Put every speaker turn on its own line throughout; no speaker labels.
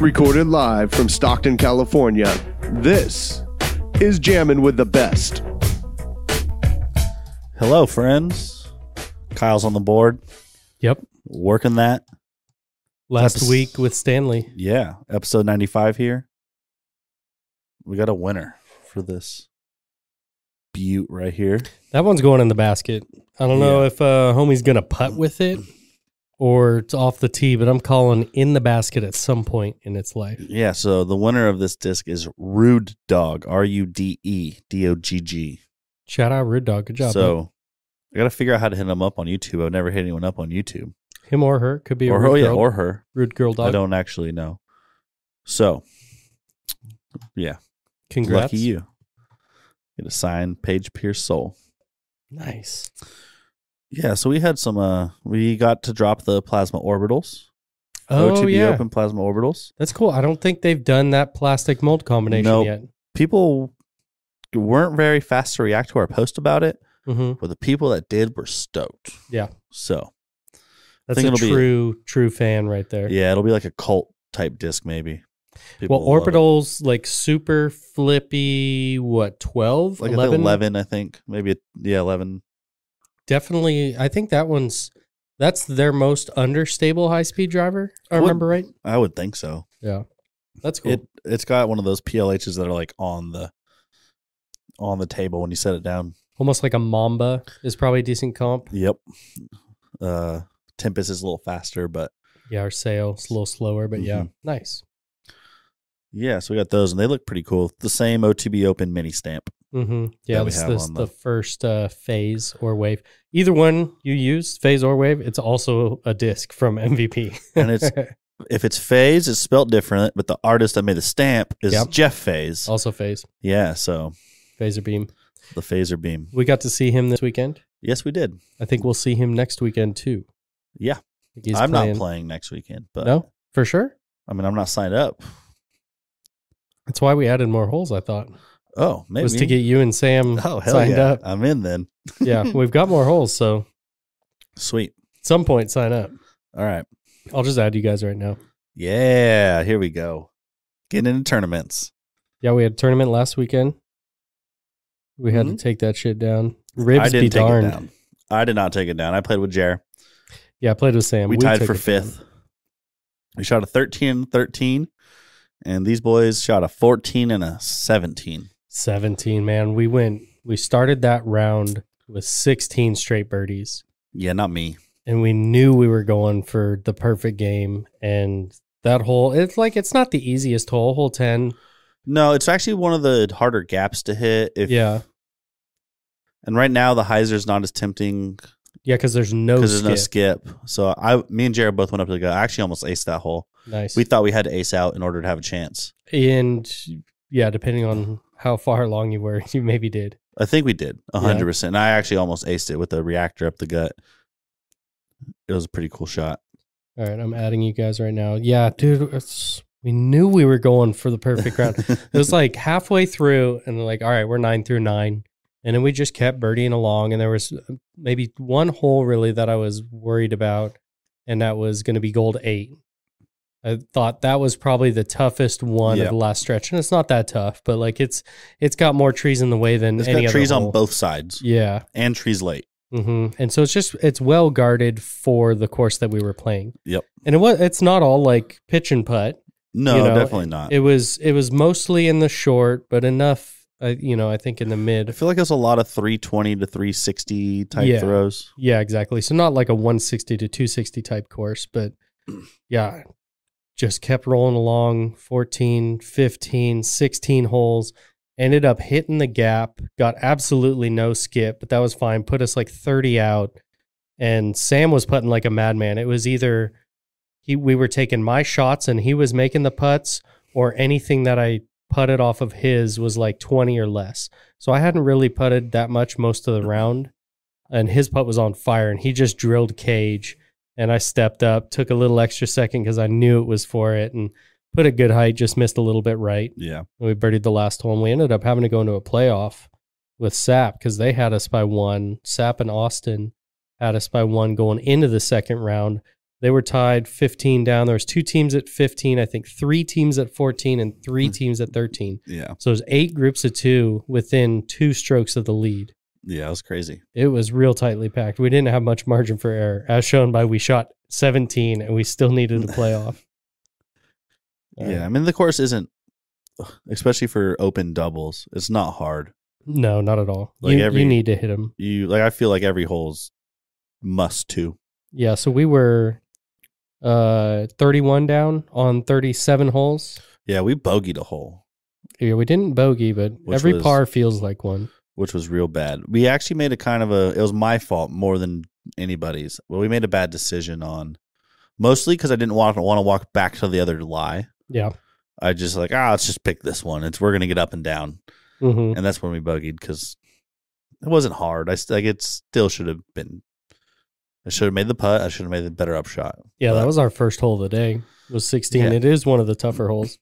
Recorded live from Stockton, California, this is Jammin' with the Best.
Hello, friends. Kyle's on the board,
Yep.
working that.
Last
Epis-
week with Stanley.
Yeah, episode 95 here. We got a winner for this butte right here.
That one's going in the basket. I don't know if uh, homie's going to putt with it or it's off the tee, but I'm calling in the basket at some point in its life.
Yeah, so the winner of this disc is Rude Dog, R U D E D O G G.
Shout out Rude Dog. Good job.
So
man.
I got to figure out how to hit him up on YouTube. I've never hit anyone up on YouTube.
him or her could be a
Or,
rude,
oh, yeah,
girl,
or her.
rude girl
I
dog.
don't actually know. So, yeah,
Congrats.
lucky you. Get a signed Paige Pierce Soul.
Nice.
Yeah, so we had some. uh We got to drop the plasma orbitals.
Oh,
OTB
yeah.
open plasma orbitals.
That's cool. I don't think they've done that plastic mold combination
Nope.
yet.
People weren't very fast to react to our post about it,
hmm
but the people that did were stoked.
Yeah.
So
That's
think
a
it'll be-
true, true fan right there.
yeah, it'll be like a cult type disc maybe.
Well,
People will love it.
Orbital's like super flippy, what, 12?
like 11? I think eleven, I think maybe a, yeah eleven.
definitely i think that one's that's their most understable high speed driver if i
What-
remember right
I would think so.
yeah that's cool
It it's got one of those PLHs that are like on the on the table when you set it down.
almost like a mamba is probably a decent comp
Yep. Uh, Tempest is a little faster, but
yeah our sale's a little slower but
Mm-hmm.
yeah nice
Yeah, so we got those, and they look pretty cool. The same OTB Open mini stamp.
mm-hmm. yeah
That we
this,
have
this
on
the,
the-
first uh, phase or wave either one you use phase or wave it's also a disc from mvp
And it's if it's Phase, it's spelled different, but the artist that made the stamp is
Yep. Oh.
Jeff Phase.
also phase
Yeah, so
phaser beam
the phaser beam.
we got to see him this weekend
Yes, we did.
i think we'll see him next weekend too
Yeah.
I think he's
I'm not playing next weekend, but
no for sure
I mean I'm not signed up.
That's why we added more holes. I thought
Oh, maybe
was to get you and Sam
oh hell
signed
yeah.
up.
I'm in then.
Yeah, we've got more holes, so
Sweet.
at some point sign up.
All right.
I'll just add you guys right now.
Yeah, here we go. Getting into tournaments.
Yeah, we had a tournament last weekend. We had
Mhm.
to take that shit down. Ribs
I didn't
be
take
darned.
it down. I did not take it down. I played with Jer.
Yeah, I played with Sam.
we, tied
took
for
it down.
fifth. We shot a 13 and 13, and these boys shot a 14 and a 17.
Seventeen, man. We went. We started that round with sixteen straight birdies,
Yeah, not me.
and we knew we were going for the perfect game. And that hole, it's like it's not the easiest hole, hole ten.
No, it's actually one of the harder gaps to hit. If,
yeah,
And right now, the Heiser's not as tempting
yeah, because there's no
because there's
Oh, skip.
no skip. So I, me and Jared both went up to the go. I actually almost aced that hole.
Nice.
We thought we had to ace out in order to have a chance.
and yeah, depending on how far along you were, you maybe did.
I think we did
Yeah.
100%. And I actually almost aced it with the reactor up the gut. It was a pretty cool shot.
All right, I'm adding you guys right now. Yeah, dude, it's, we knew we were going for the perfect round. it was like halfway through, and they're like, all right, we're nine through nine. And then we just kept birdieing along, and there was uh, maybe one hole really that I was worried about, and that was going to be gold eight. I thought that was probably the toughest one
Yeah.
of the last stretch, and it's not that tough, but like it's it's got more trees in the way than
It's
any
got
other
trees on
hole.
both sides
Yeah,
and trees late.
hmm And so it's just it's well guarded for the course that we were playing.
Yep.
And it was it's not all like pitch and putt.
No,
you know,
definitely not.
It was it was mostly in the short, but enough. Uh, you know, I think in the
I
mid.
feel like it's a lot of 320 to 360 type
Yeah.
throws.
Yeah, exactly. So not like a 160 to 260 type course, but yeah, just kept rolling along 14, 15, 16 holes. Ended up hitting the gap, got absolutely no skip, but that was fine. Put us like 30 out. And Sam was putting like a madman. It was either he we were taking my shots and he was making the putts or anything that I putted off of his was like 20 or less. So I hadn't really putted that much most of the round and his putt was on fire and he just drilled cage and I stepped up, took a little extra second cuz I knew it was for it and put a good height, just missed a little bit right.
Yeah.
And we birdied the last hole and we ended up having to go into a playoff with Sap cuz they had us by 1. Sap and Austin had us by 1 going into the second round They were tied 15 down. There was two teams at 15, I think three teams at 14 and three
Hmm.
teams at 13.
Yeah.
So it was eight groups of two within two strokes of the lead.
Yeah. It was crazy.
It was real tightly packed. We didn't have much margin for error, as shown by we shot 17 and we still needed to play off.
yeah. I mean, the course isn't, especially for open doubles, it's not hard.
No, not at all.
Like
you,
every-
you need to hit them.
You, like, I feel like every hole's must to.
Yeah, so we were uh 31 down on 37 holes.
Yeah. We bogeyed a hole,
Yeah, we didn't bogey, but
Which
every
was-
par feels like one.
which was real bad. We actually made a kind of a, it was my fault more than anybody's. Well, we made a bad decision on mostly because I didn't want, want to walk back to the other lie.
Yeah.
I just like, ah, let's just pick this one. It's, we're going to get up and down.
hmm
and that's when we buggied because it wasn't hard. I st- like it still should have been. I should have made the putt. I should have made the better upshot.
Yeah, that
But-
was our first hole of the day. Was 16.
Yeah.
It is one of the tougher holes.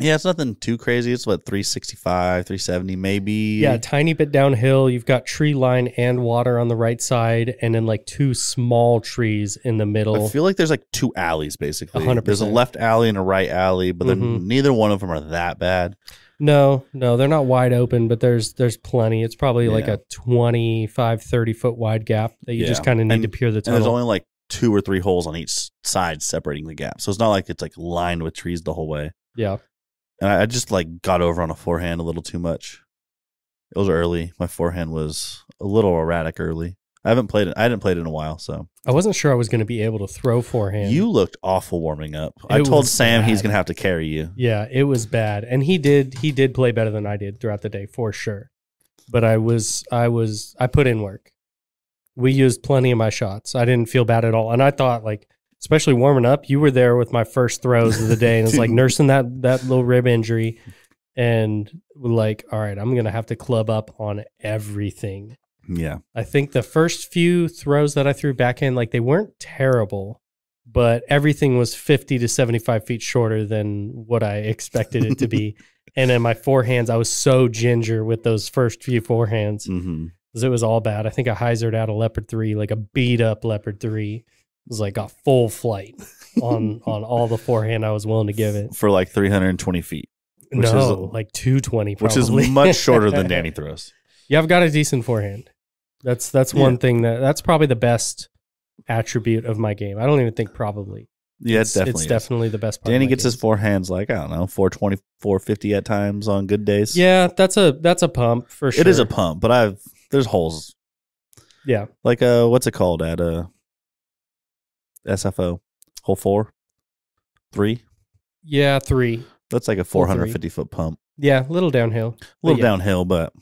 Yeah, it's nothing too crazy. It's what 365, 370, maybe.
Yeah, a tiny bit downhill. You've got tree line and water on the right side, and then like two small trees in the
I
middle.
feel like there's like two alleys basically.
A hundred
There's a
percent.
left alley and a right alley, but then
Mhm.
neither one of them are that bad.
no, no, they're not wide open, but there's there's plenty. It's probably like
Yeah.
a 25, 30 foot wide gap that you just
Yeah.
kind of need
And-
to peer the
And there's
tunnel.
only like two or three holes on each side separating the gap. So it's not like it's like lined with trees the whole way.
yeah.
And I, I just like got over on a forehand a little too much. It was early. My forehand was a little erratic early. I haven't played it. I hadn't played it in a while. So
I wasn't sure I was going to be able to throw forehand.
you looked awful warming up. I
It
told
was
Sam he's
bad.
gonna have to carry you.
Yeah, it was bad, and he did he did play better than I did throughout the day for sure. But I was I was I put in work. We used plenty of my shots. I didn't feel bad at all, and I thought like especially warming up, you were there with my first throws of the day, and it's like
Dude.
nursing that that little rib injury, and like all right, I'm gonna have to club up on everything.
Yeah.
I think the first few throws that I threw back in, like they weren't terrible, but everything was 50 to 75 feet shorter than what I expected it to be. and then my forehands, I was so ginger with those first few forehands
Mm-hmm.
because it was all bad. I think I hyzered out a leopard three, like a beat up leopard three. It was like a full flight on on all the forehand I was willing to give it.
For like 320 feet, Which is-
no, like 220
which
probably.
is much shorter than Danny throws.
Yeah, I've got a decent forehand. That's that's one
Yeah.
thing that that's probably the best attribute of my game. I don't even think probably.
Yeah, it's,
It's
definitely.
it's
is.
definitely the best part. of
Danny
my
gets
game.
his forehands like I don't know 420, 450 at times on good days.
Yeah, that's a that's a pump for sure.
It is a pump, but I've there's holes
Yeah.
like uh what's it called at uh SFO hole four three
Yeah, 3.
that's like a
Hole three.
450 foot pump
Yeah, little
a
downhill.
little
But yeah.
downhill but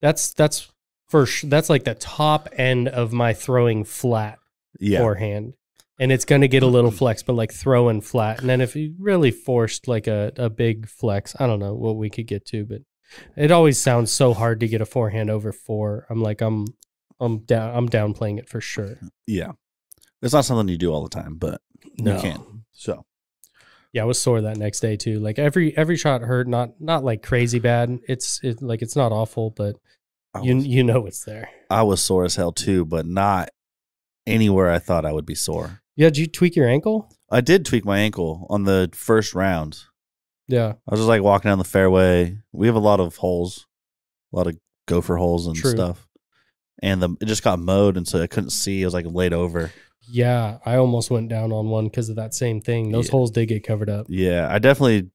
That's that's for sh- that's like the top end of my throwing flat
yeah
forehand. And it's going to get a little flex, but like throwing flat. And then if you really forced like a, a big flex, I don't know what we could get to, but it always sounds so hard to get a forehand over four. I'm like, I'm, I'm down, I'm downplaying it for sure.
yeah it's not something you do all the time but you can so
Yeah, I was sore that next day too. Like every, every shot hurt, not, not like crazy bad. It's it, like, it's not awful, but
I
you,
was,
you know, it's there.
I was sore as hell too but not anywhere I thought I would be sore
Yeah. Did you tweak your ankle?
I did tweak my ankle on the first round
Yeah.
I was just like walking down the fairway. We have a lot of holes, a lot of gopher holes and
True.
stuff. And the, it just got mowed, and so I couldn't see. I was like laid over.
Yeah. I almost went down on one because of that same thing. Those
Yeah.
holes did get covered up.
Yeah, I definitely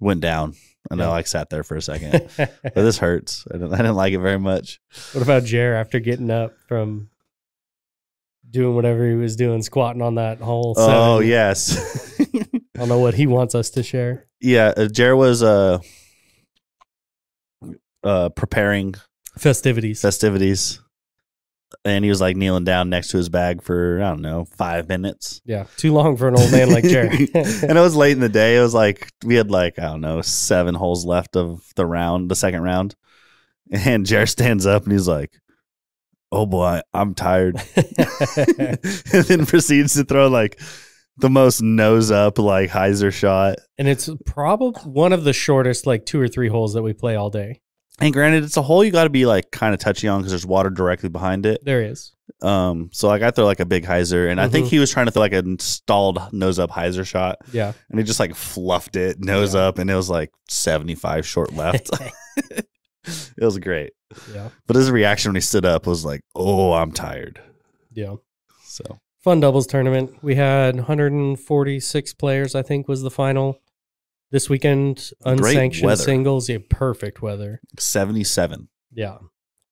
went down, and I
Yeah.
like sat there for a second. but this hurts. I didn't, I didn't like it very much.
What about Jer after getting up from doing whatever he was doing, squatting on that hole?
Oh
seven?
yes,
I don't know what he wants us to share.
yeah. Uh, Jer was uh, uh, preparing
Festivities.
festivities, and he was like kneeling down next to his bag for I don't know five minutes.
yeah. Too long for an old man like Jer.
and it was late in the day. It was like we had like I don't know seven holes left of the round, the second round. And Jared stands up and he's like, "Oh boy, I'm tired," and then proceeds to throw like the most nose up like hyzer shot.
and it's probably one of the shortest, like two or three holes that we play all day.
And granted, it's a hole you got to be like kind of touchy on because there's water directly behind it.
There he is.
Um, so like I throw like a big hyzer, and I think
Mhm.
he was trying to throw like a stalled nose up hyzer shot,
Yeah.
and he just like fluffed it nose
Yeah.
up, and it was like 75 short left. it was great,
Yeah.
but his reaction when he stood up was like, "Oh, I'm tired."
Yeah.
So
Fun doubles tournament. We had 146 players, I think, was the final. This weekend,
Great
unsanctioned
weather.
singles. Yeah, perfect weather.
77.
Yeah.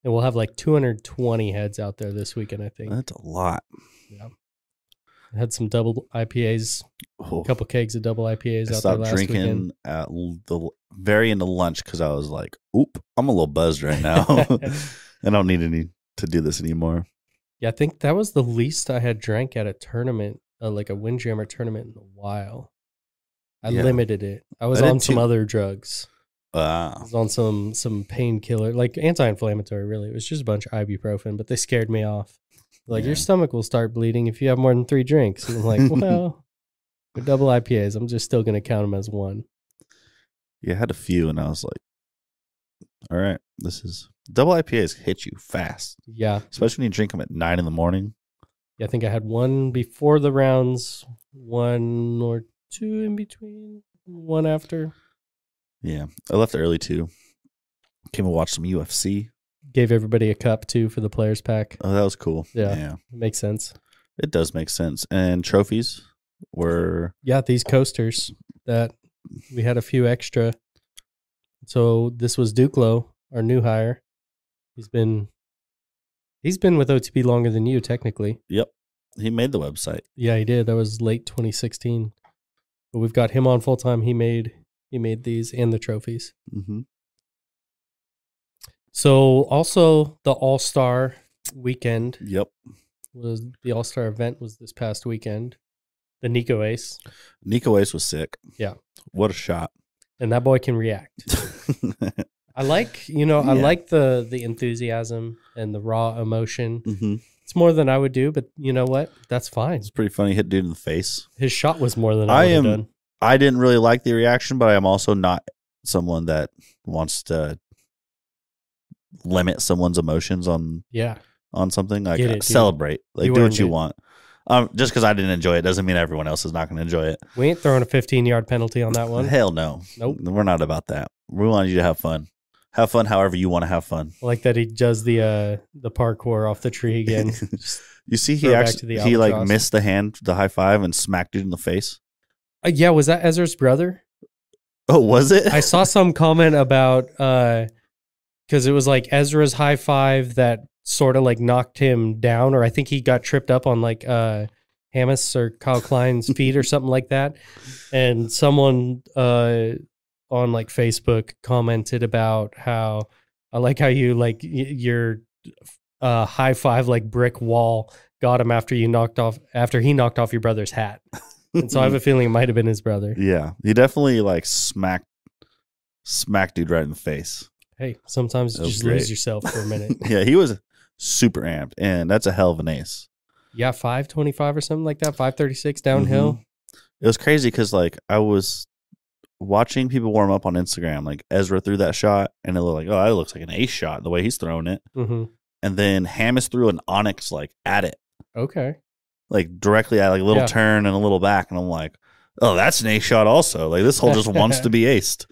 And we'll have like 220 heads out there this weekend, I think.
That's a lot.
had some double IPAs,
Oh,
a couple kegs of double IPAs
I
out there
stopped
last
drinking
weekend.
at l- the l- very end of lunch because I was like, "Oop, I'm a little buzzed right now. I don't need any to do this anymore."
Yeah, I think that was the least I had drank at a tournament, uh, like a Windjammer tournament in a while. I
Yeah.
limited it. I was
I did
on some
too.
other drugs. I
Wow.
was on some some painkiller, like anti-inflammatory. Really, it was just a bunch of ibuprofen, but they scared me off. Like
Yeah.
your stomach will start bleeding if you have more than three drinks. And I'm like, well, they're double IPAs. I'm just still gonna count them as one.
Yeah, I had a few, and I was like, "All right, this is double IPAs hit you fast,
Yeah,
especially when you drink them at nine in the morning."
Yeah, I think I had one before the rounds, one or two in between, one after.
Yeah, I left early too. Came and watched some UFC.
Gave everybody a cup too for the players pack.
Oh, that was cool.
Yeah. Makes sense.
it does make sense. And trophies were
Yeah, these coasters that we had a few extra. So this was Duclo, our new hire. He's been he's been with OTP longer than you technically.
yep. He made the website.
Yeah, he did. That was late 2016. But we've got him on full time. He made he made these and the trophies.
Mm-hmm.
So also the All Star weekend
Yep.
was the All Star event was this past weekend. The Nico Ace
Nico Ace was sick.
Yeah.
What a shot.
and that boy can react.
mm-hmm.
I like you know I
Yeah.
like the the enthusiasm and the raw emotion. It's more than I would do, but you know what? That's fine.
It's pretty funny. Hit dude in the face.
His shot was more than
I
I, would
am-
have done.
I didn't really like the reaction, but I'm also not someone that wants to limit someone's emotions on
Yeah,
on something. Like uh,
Get it, dude.
celebrate. Like
You
do
earned
what you
it.
want. Um, just because I didn't enjoy it doesn't mean everyone else is not going to enjoy it.
we ain't throwing a 15 yard penalty on that one.
Hell no.
Nope.
We're not about that. We want you to have fun. Have fun however you want to have fun.
I like that he does the uh the parkour off the tree again. Just-
You see, he
Throwback to
actually
the
he like
albatross.
missed the hand, the high five, and smacked dude in the face.
Uh, yeah, was that Ezra's brother?
Oh, was it?
I saw some comment about uh because it was like Ezra's high five that sort of like knocked him down, or I think he got tripped up on like uh Hamas or Kyle Klein's feet or something like that. And someone uh on like Facebook commented about how I like how you like y- your uh high five like brick wall got him after you knocked off after he knocked off your brother's hat. And so I have a feeling it might have been his brother.
yeah, he definitely like smacked smacked dude right in the face.
Hey, sometimes
That
you
was
just
Oh, great.
lose yourself for a minute.
yeah, he was super amped, and that's a hell of an ace.
yeah, five twenty five or something like that. Five thirty six downhill.
It was crazy because like I was watching people warm up on Instagram. Like Ezra threw that shot, and it looked like oh, that looks like an ace shot the way he's throwing it.
Mm-hmm.
And then Hamas threw an onyx like at it.
Okay.
like directly at like a little
Yeah.
turn and a little back, and I'm like, oh, that's an ace shot also. Like this hole just wants to be aced.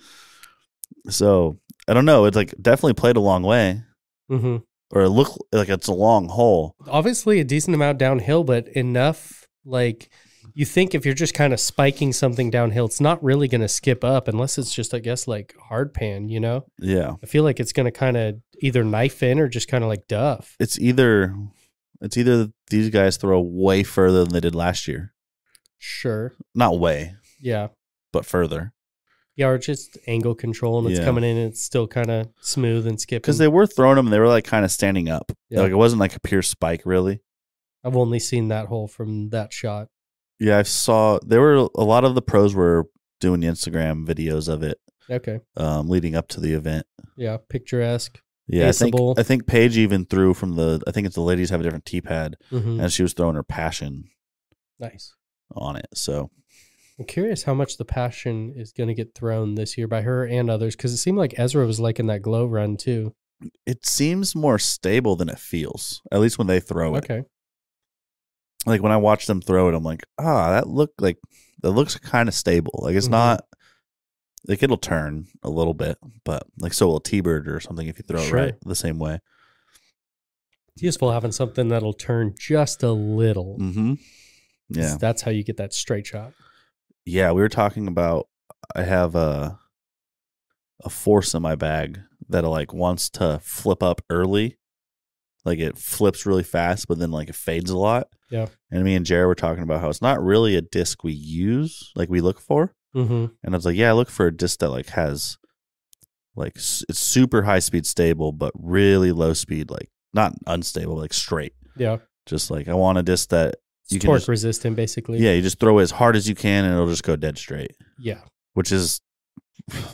So I don't know. It's like definitely played a long way,
hmm
or it looked like it's a long hole.
Obviously, a decent amount downhill, but enough like. You think if you're just kind of spiking something downhill, it's not really going to skip up unless it's just, I guess, like hard pan, you know?
Yeah,
I feel like it's going to kind of either knife in or just kind of like duff.
it's either it's either these guys throw way further than they did last year,
Sure.
not way,
Yeah.
but further,
Yeah. Or just angle control and it's
Yeah.
coming in and it's still kind of smooth and skipping.
because they were throwing them. They were like kind of standing up.
Yeah.
Like it wasn't like a pure spike, really.
I've only seen that hole from that shot.
Yeah, I saw there were a lot of the pros were doing the Instagram videos of it
Okay.
um, leading up to the event.
Yeah, picturesque.
Yeah, I think,
Paceable.
I think Paige even threw from the. I think it's the ladies have a different T pad,
Mhm.
and she was throwing her passion
Nice.
on it. So
I'm curious how much the passion is going to get thrown this year by her and others because it seemed like Ezra was liking that glow run too.
It seems more stable than it feels, at least when they throw it.
Okay.
Like when I watch them throw it, I'm like, ah, that look like that looks kind of stable. Like it's
Mhm.
not like it'll turn a little bit, but like so will T Bird or something if you throw
Sure.
it right the same way.
It's useful having something that'll turn just a little.
Mm-hmm. Yeah.
'cause That's how you get that straight shot.
yeah, we were talking about I have a a force in my bag that uh, like wants to flip up early. Like it flips really fast, but then like it fades a lot.
Yeah.
And me and Jared were talking about how it's not really a disc we use, like we look for.
Mm-hmm.
And I was like, yeah, I look for a disc that like has like s- it's super high speed stable, but really low speed, like not unstable, like straight.
Yeah.
Just like I want a disc that
It's
You can
torque
just-
resistant, basically.
yeah, you just throw it as hard as you can and it'll just go dead straight
Yeah.
which is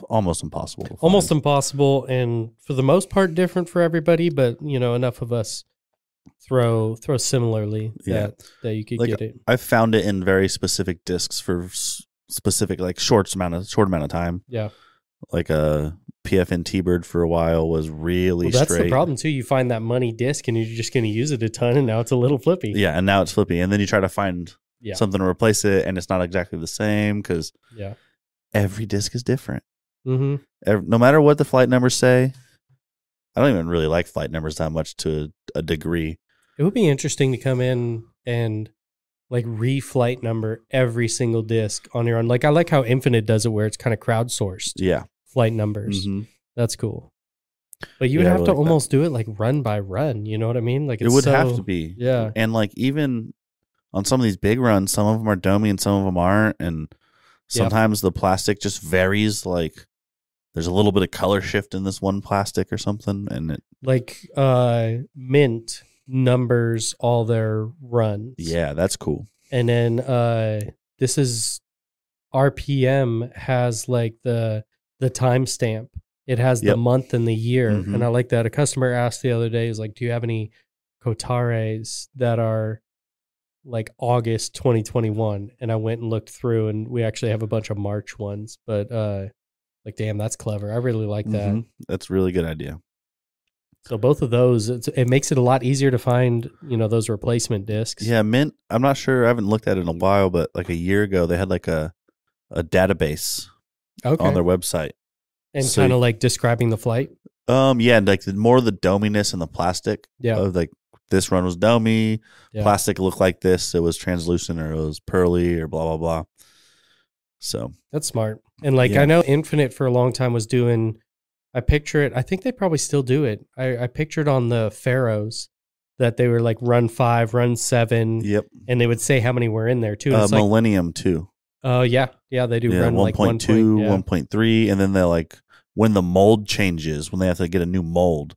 almost impossible. to
Almost
find.
impossible, and for the most part, different for everybody. But you know, enough of us throw throw similarly
Yeah.
that that you could
Like,
get it.
I've found it in very specific discs for s- specific like short amount of short amount of time.
Yeah.
Like uh, a PFN T Bird for a while was really
Well, that's
straight.
the problem too. You find that money disc, and you're just going to use it a ton, and now it's a little flippy.
Yeah, and now it's flippy, and then you try to find
Yeah.
something to replace it, and it's not exactly the same because
Yeah.
every disc is different.
Mm-hmm.
Ev no matter what the flight numbers say, I don't even really like flight numbers that much to a degree.
It would be interesting to come in and like reflight number every single disc on your own. Like I like how Infinite does it, where it's kind of crowdsourced
Yeah,
flight numbers.
Mhm.
That's cool. But you would
Yeah, I
have
like
to
that.
almost do it like run by run. You know what I mean? Like
it
it's
would
so-
have to be.
Yeah,
and like even on some of these big runs some of them are domey and some of them aren't and
Yeah.
sometimes the plastic just varies like there's a little bit of color shift in this one plastic or something and it,
like uh, Mint numbers all their runs.
yeah that's cool
and then uh this is RPM has like the the timestamp. It has the
Yep.
month and the year,
Mhm.
and I like that. A customer asked the other day, "Is like, do you have any Kotares that are like August 2021?" And I went and looked through, and we actually have a bunch of March ones. But uh like, damn, that's clever. I really like that.
Mhm. that's a really good idea
So both of those, it's, it makes it a lot easier to find, you know, those replacement discs.
yeah mint i'm not sure i haven't looked at it in
Mm.
a while but like a year ago they had like a a database
okay.
on their website
and
so
kind of
you-
like describing the flight.
um yeah and like the, more the dominess and the plastic
Yeah.
of like this run was dummy,
Yeah.
plastic looked like this, it was translucent or it was pearly or blah blah blah. So
That's smart. And like
Yeah.
I know Infinite for a long time was doing I picture it I think they probably still do it. I, I pictured on the Pharaohs that they were like run five, run seven,
yep,
and they would say how many were in there too. And
uh,
Mm. it's like
Millennium too.
oh yeah, yeah, they do
Yeah,
run
one
like one
point two,
point, yeah.
one point three, and then they like when the mold changes, when they have to get a new mold,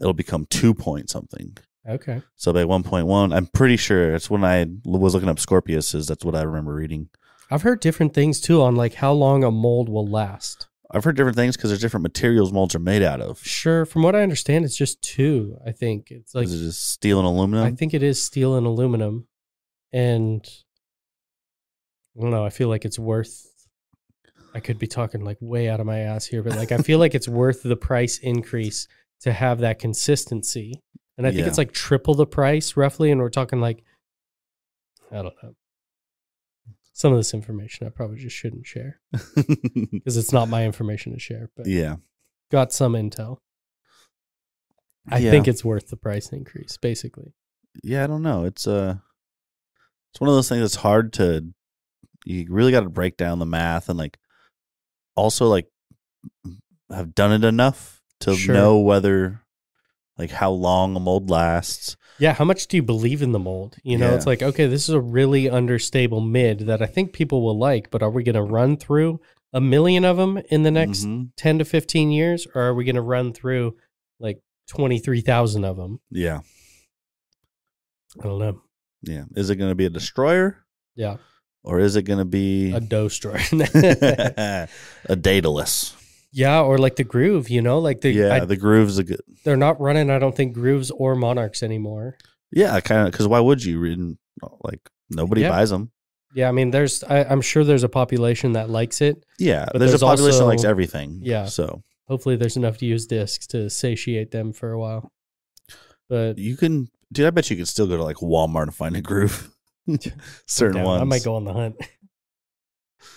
it'll become two point something.
Okay.
So by one point one, I'm pretty sure it's when I was looking up Scorpiuses. That's what I remember reading.
I've heard different things too on like how long a mold will last.
I've heard different things because there's different materials molds are made out of.
Sure, from what I understand, it's just two. I think it's like
Is it just steel and aluminum?
I think it is steel and aluminum, and I don't know. I feel like it's worth. I could be talking like way out of my ass here, but like I feel like it's worth the price increase to have that consistency. And I think
Yeah.
it's like triple the price roughly, and we're talking like I don't know. Some of this information I probably just shouldn't share because it's not my information to share, but
yeah.
got some intel. I
Yeah.
think it's worth the price increase, basically.
yeah, I don't know. It's uh it's one of those things that's hard to you really got to break down the math and like also like have done it enough to
Sure.
know whether like how long a mold lasts.
Yeah, how much do you believe in the mold? You know,
Yeah.
it's like, okay, this is a really understable mid that I think people will like, but are we going to run through a million of them in the next
Mhm.
10 to 15 years? Or are we going to run through like 23,000 of them?
Yeah.
I don't know.
Yeah. Is it going to be a destroyer
Yeah,
or is it going to be
a doster.
a dataless?
yeah, or like the groove, you know, like the,
yeah,
I-
the groove's a good.
they're not running, I don't think, grooves or monarchs anymore.
Yeah, kind of cuz why would you read like nobody
Yeah.
buys them.
Yeah, I mean, there's I, I'm sure there's a population that likes it.
Yeah,
But
there's,
there's
a population
also-
that likes everything.
Yeah.
so
Hopefully, there's enough to use discs to satiate them for a while. But
you can, dude. I bet you could still go to like Walmart and find a groove. Certain
Yeah,
ones.
I might go on the hunt.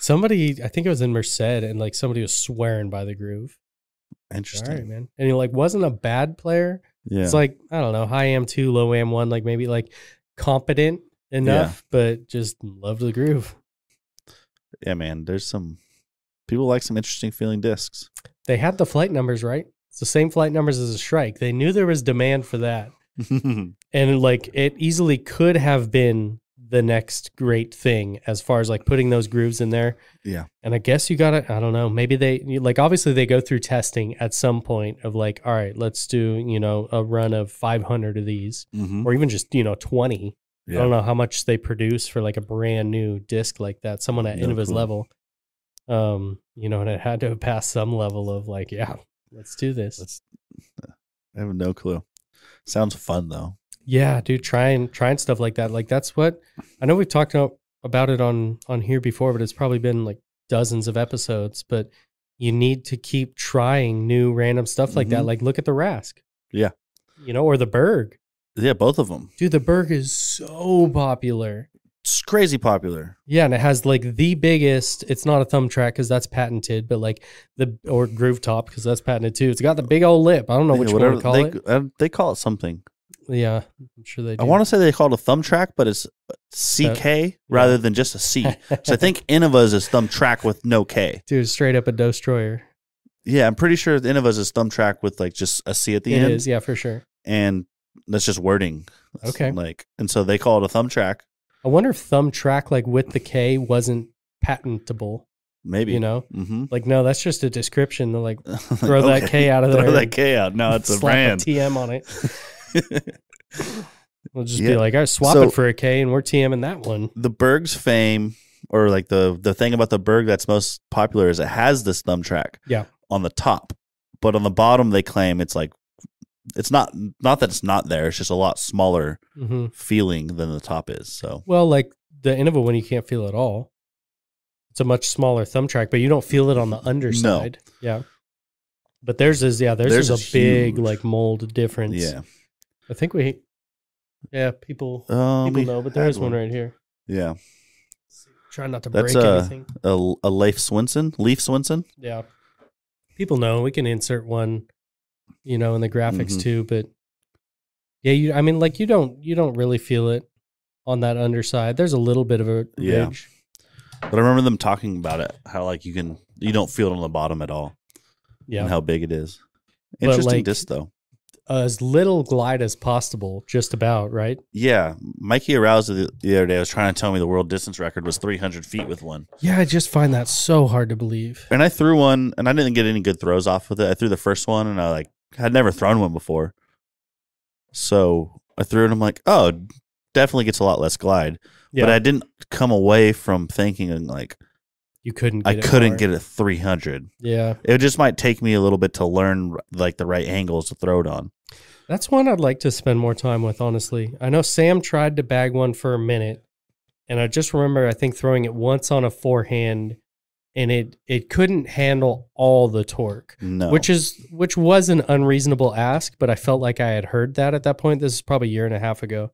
Somebody, I think it was in Merced, and like somebody was swearing by the groove. All
Interesting.
right, man. And he like wasn't a bad player.
Yeah.
It's like I don't know, high am two, low am one, like maybe like competent enough, but just loved the groove.
yeah, man. There's some people like some interesting feeling discs.
They had the flight numbers right. It's the same flight numbers as a strike. They knew there was demand for that, and like it easily could have been the next great thing as far as like putting those grooves in there.
Yeah.
And I guess you got to, I don't know, maybe they, like, obviously they go through testing at some point of like, all right, let's do, you know, a run of 500 of these
Mhm.
or even just, you know, 20. I
Yeah.
don't know how much they produce for like a brand new disc like that, someone at
No
Innova's
clue.
level. Um, you know, and it had to have passed some level of like, yeah, let's do this.
Let's- I have no clue. Sounds fun though.
Yeah, dude, trying trying stuff like that. Like that's what I know we've talked about, about it on on here before, but it's probably been like dozens of episodes. But you need to keep trying new random stuff like that.
Mhm.
Like look at the Rask.
Yeah.
You know, or the Berg.
Yeah, both of them.
Dude, the Berg is so popular.
It's crazy popular.
Yeah, and it has like the biggest. It's not a thumb track because that's patented, but like the or groove top because that's patented too. It's got the big old lip. I don't know
Yeah,
which one to call
they,
it.
uh, they call it something.
Yeah, I'm sure they. Do.
I want to say they call it a thumb track, but it's CK rather than just a C. so I think Innova's is thumb track with no K.
dude, straight up a destroyer.
Yeah, I'm pretty sure Innova's is thumb track with like just a C at the
It is,
end.
yeah, for sure.
And that's just wording. That's
Okay.
Like, and so they call it a thumb track.
I wonder if thumb track like with the K wasn't patentable.
Maybe.
You know,
Mm-hmm.
like no, that's just a description. They're like throw that K out of there.
Throw that
and
K out. Now it's a
slap
brand.
TM on it. We'll just be
Yeah.
like, all right, swap
So-
it for a K, and we're TMing that one.
the Berg's fame, or like the the thing about the Berg that's most popular is it has this thumb track.
Yeah.
On the top, but on the bottom they claim it's like it's not not that it's not there. It's just a lot smaller
hmm
feeling than the top is. So
Well, like the Innova one, you can't feel at all. It's a much smaller thumb track, but you don't feel it on the underside. Yeah. But theirs is yeah, theirs,
Theirs
is a
is
big
huge.
like mold difference.
yeah,
I think we, yeah, people
um,
people know, but there is one right here.
Yeah,
Try not to
That's,
break
uh,
anything.
a, a Leif Swinson, Leaf Swinson.
Yeah. People know we can insert one, you know, in the graphics
Mhm.
too, but yeah, you I mean like you don't you don't really feel it on that underside. There's a little bit of a
Yeah.
ridge.
But I remember them talking about it, how like you can you don't feel it on the bottom at all,
Yeah.
and how big it is.
But,
Interesting
like-
disc though.
as little glide as possible, just about, right?
Yeah, Mikey aroused the, the other day. I was trying to tell me the world distance record was 300 feet with one,
Yeah, I just find that so hard to believe.
and I threw one, and I didn't get any good throws off with it. I threw the first one, and I like had never thrown one before, so I threw it. and I'm like, oh, definitely gets a lot less glide.
Yeah,
but I didn't come away from thinking like
you couldn't. Get
I
it
couldn't
far.
get it 300.
Yeah,
It just might take me a little bit to learn like the right angles to throw it on.
that's one I'd like to spend more time with. Honestly, I know Sam tried to bag one for a minute, and I just remember I think throwing it once on a forehand, and it it couldn't handle all the torque.
No,
Which is which was an unreasonable ask, but I felt like I had heard that at that point. This is probably a year and a half ago.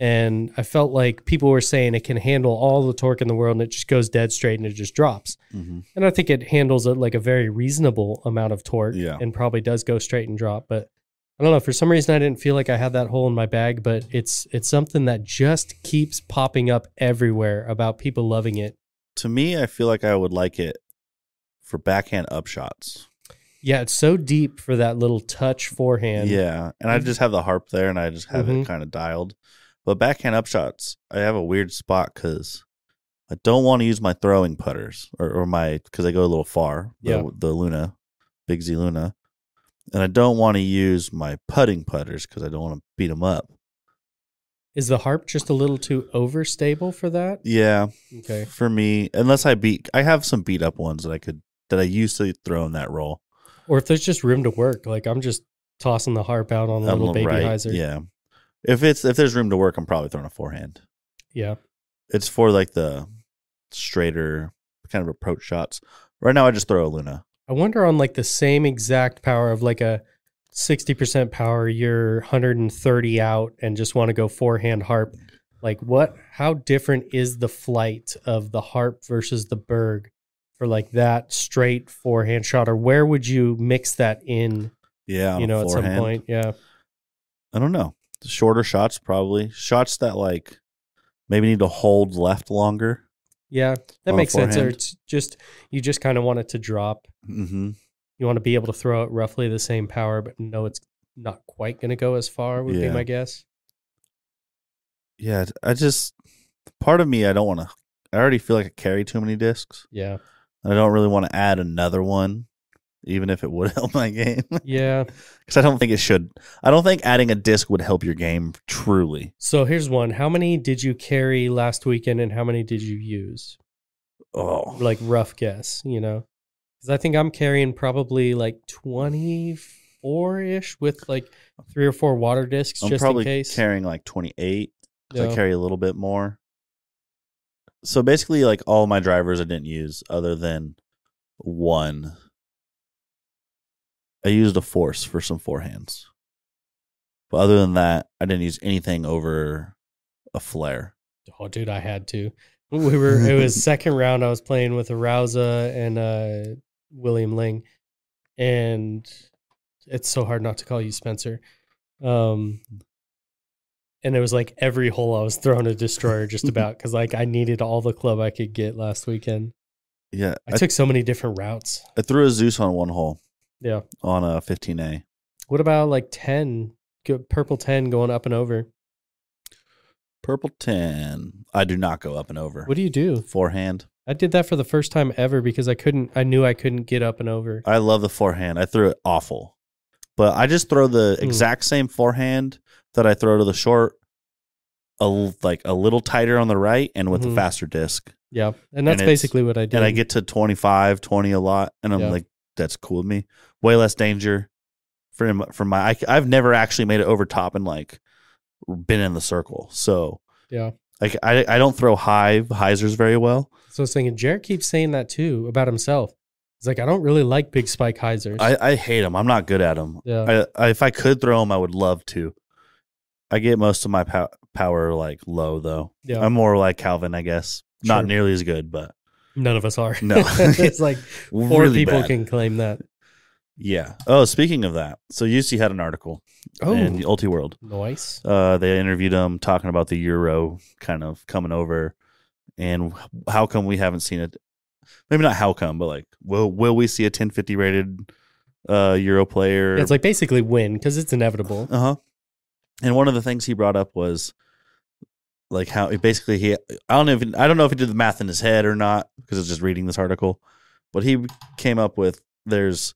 And I felt like people were saying it can handle all the torque in the world and it just goes dead straight and it just drops.
Mhm.
And I think it handles it like a very reasonable amount of torque
Yeah.
and probably does go straight and drop. But I don't know. For some reason I didn't feel like I had that hole in my bag, but it's it's something that just keeps popping up everywhere about people loving it.
to me, I feel like I would like it for backhand upshots.
Yeah, it's so deep for that little touch forehand.
yeah, and
Mm-hmm.
I just have the harp there, and I just have
Mhm.
it kind of dialed. But backhand upshots, I have a weird spot because. I don't want to use my throwing putters or, or my because I go a little far. The,
Yeah.
the Luna, Big Z Luna, and I don't want to use my putting putters because I don't want to beat them up.
Is the harp just a little too overstable for that?
Yeah,
Okay.
for me, unless I beat, I have some beat up ones that I could that I used to throw in that roll.
Or if there's just room to work, like I'm just tossing the harp out on a
I'm
little baby
right,
hyzer.
Yeah, if it's if there's room to work, I'm probably throwing a forehand.
Yeah.
it's for like the straighter kind of approach shots. Right now, I just throw a Luna.
I wonder on like the same exact power of like a 60% power, you're 130 out and just want to go forehand harp. Like what how different is the flight of the harp versus the berg for like that straight forehand shot or where would you mix that in,
Yeah, on
you
a
know, at some
forehand.
point? Yeah.
I don't know. Shorter shots, probably shots that like maybe need to hold left longer.
Yeah. That
On a
makes sense. Or
forehand.
it's just you just kind of want it to drop.
Mm-hmm.
You want to be able to throw it roughly the same power but know it's not quite going to go as far would be
Yeah.
my guess.
Yeah, I just part of me I don't want to. I already feel like I carry too many discs.
Yeah.
And I don't really want to add another one, even if it would help my game,
Yeah.
because I don't think it should. I don't think adding a disc would help your game truly.
So here's one. How many did you carry last weekend and how many did you use?
Oh,
Like rough guess, you know? Because I think I'm carrying probably like 24 ish with like three or four water discs
I'm
just
probably
in case.
carrying like 28 'cause
Yeah.
I carry a little bit more. So basically, like all my drivers I didn't use other than one. I used a force for some forehands. But other than that, I didn't use anything over a flare.
oh, dude, I had to. We were, it was second round. I was playing with Arousa and uh, William Ling. And it's so hard not to call you Spencer. Um, and it was like every hole I was throwing a destroyer just about because like I needed all the club I could get last weekend.
Yeah.
I took so many different routes.
I threw a Zeus on one hole
Yeah.
on a 15A.
What about like 10, go, purple 10 going up and over?
Purple 10. I do not go up and over.
What do you do?
Forehand.
I did that for the first time ever because I couldn't, I knew I couldn't get up and over.
I love the forehand. I threw it awful. But I just throw the
Hmm.
exact same forehand that I throw to the short a l- like a little tighter on the right and with
Mhm.
a faster disc.
Yeah. And that's
it's-
basically what I did.
And I get to 25, 20 a lot and I'm
Yeah.
like that's cool with me. Way less danger from from my I, I've never actually made it over top and like been in the circle. So
Yeah.
Like I I don't throw high hyzers very well.
So I was thinking, Jared keeps saying that too about himself. He's like, I don't really like big spike hyzers.
I, I hate them. I'm not good at them.
yeah.
I, I if I could throw them, I would love to. I get most of my pow- power like low though.
yeah.
I'm more like Calvin, I guess.
Sure.
Not nearly as good, but
None of us are.
No.
it's like four
really
people
bad.
can claim that.
Yeah. Oh, speaking of that, so UC had an article
Oh,
in the Ulti World.
nice.
Uh, they interviewed him talking about the Euro kind of coming over, and how come we haven't seen it? Maybe not how come, but like, will will we see a 1050 rated uh, Euro player?
It's like basically win because it's inevitable.
Uh huh. And one of the things he brought up was like how basically he I don't know if I don't know if he did the math in his head or not because it's just reading this article, but he came up with there's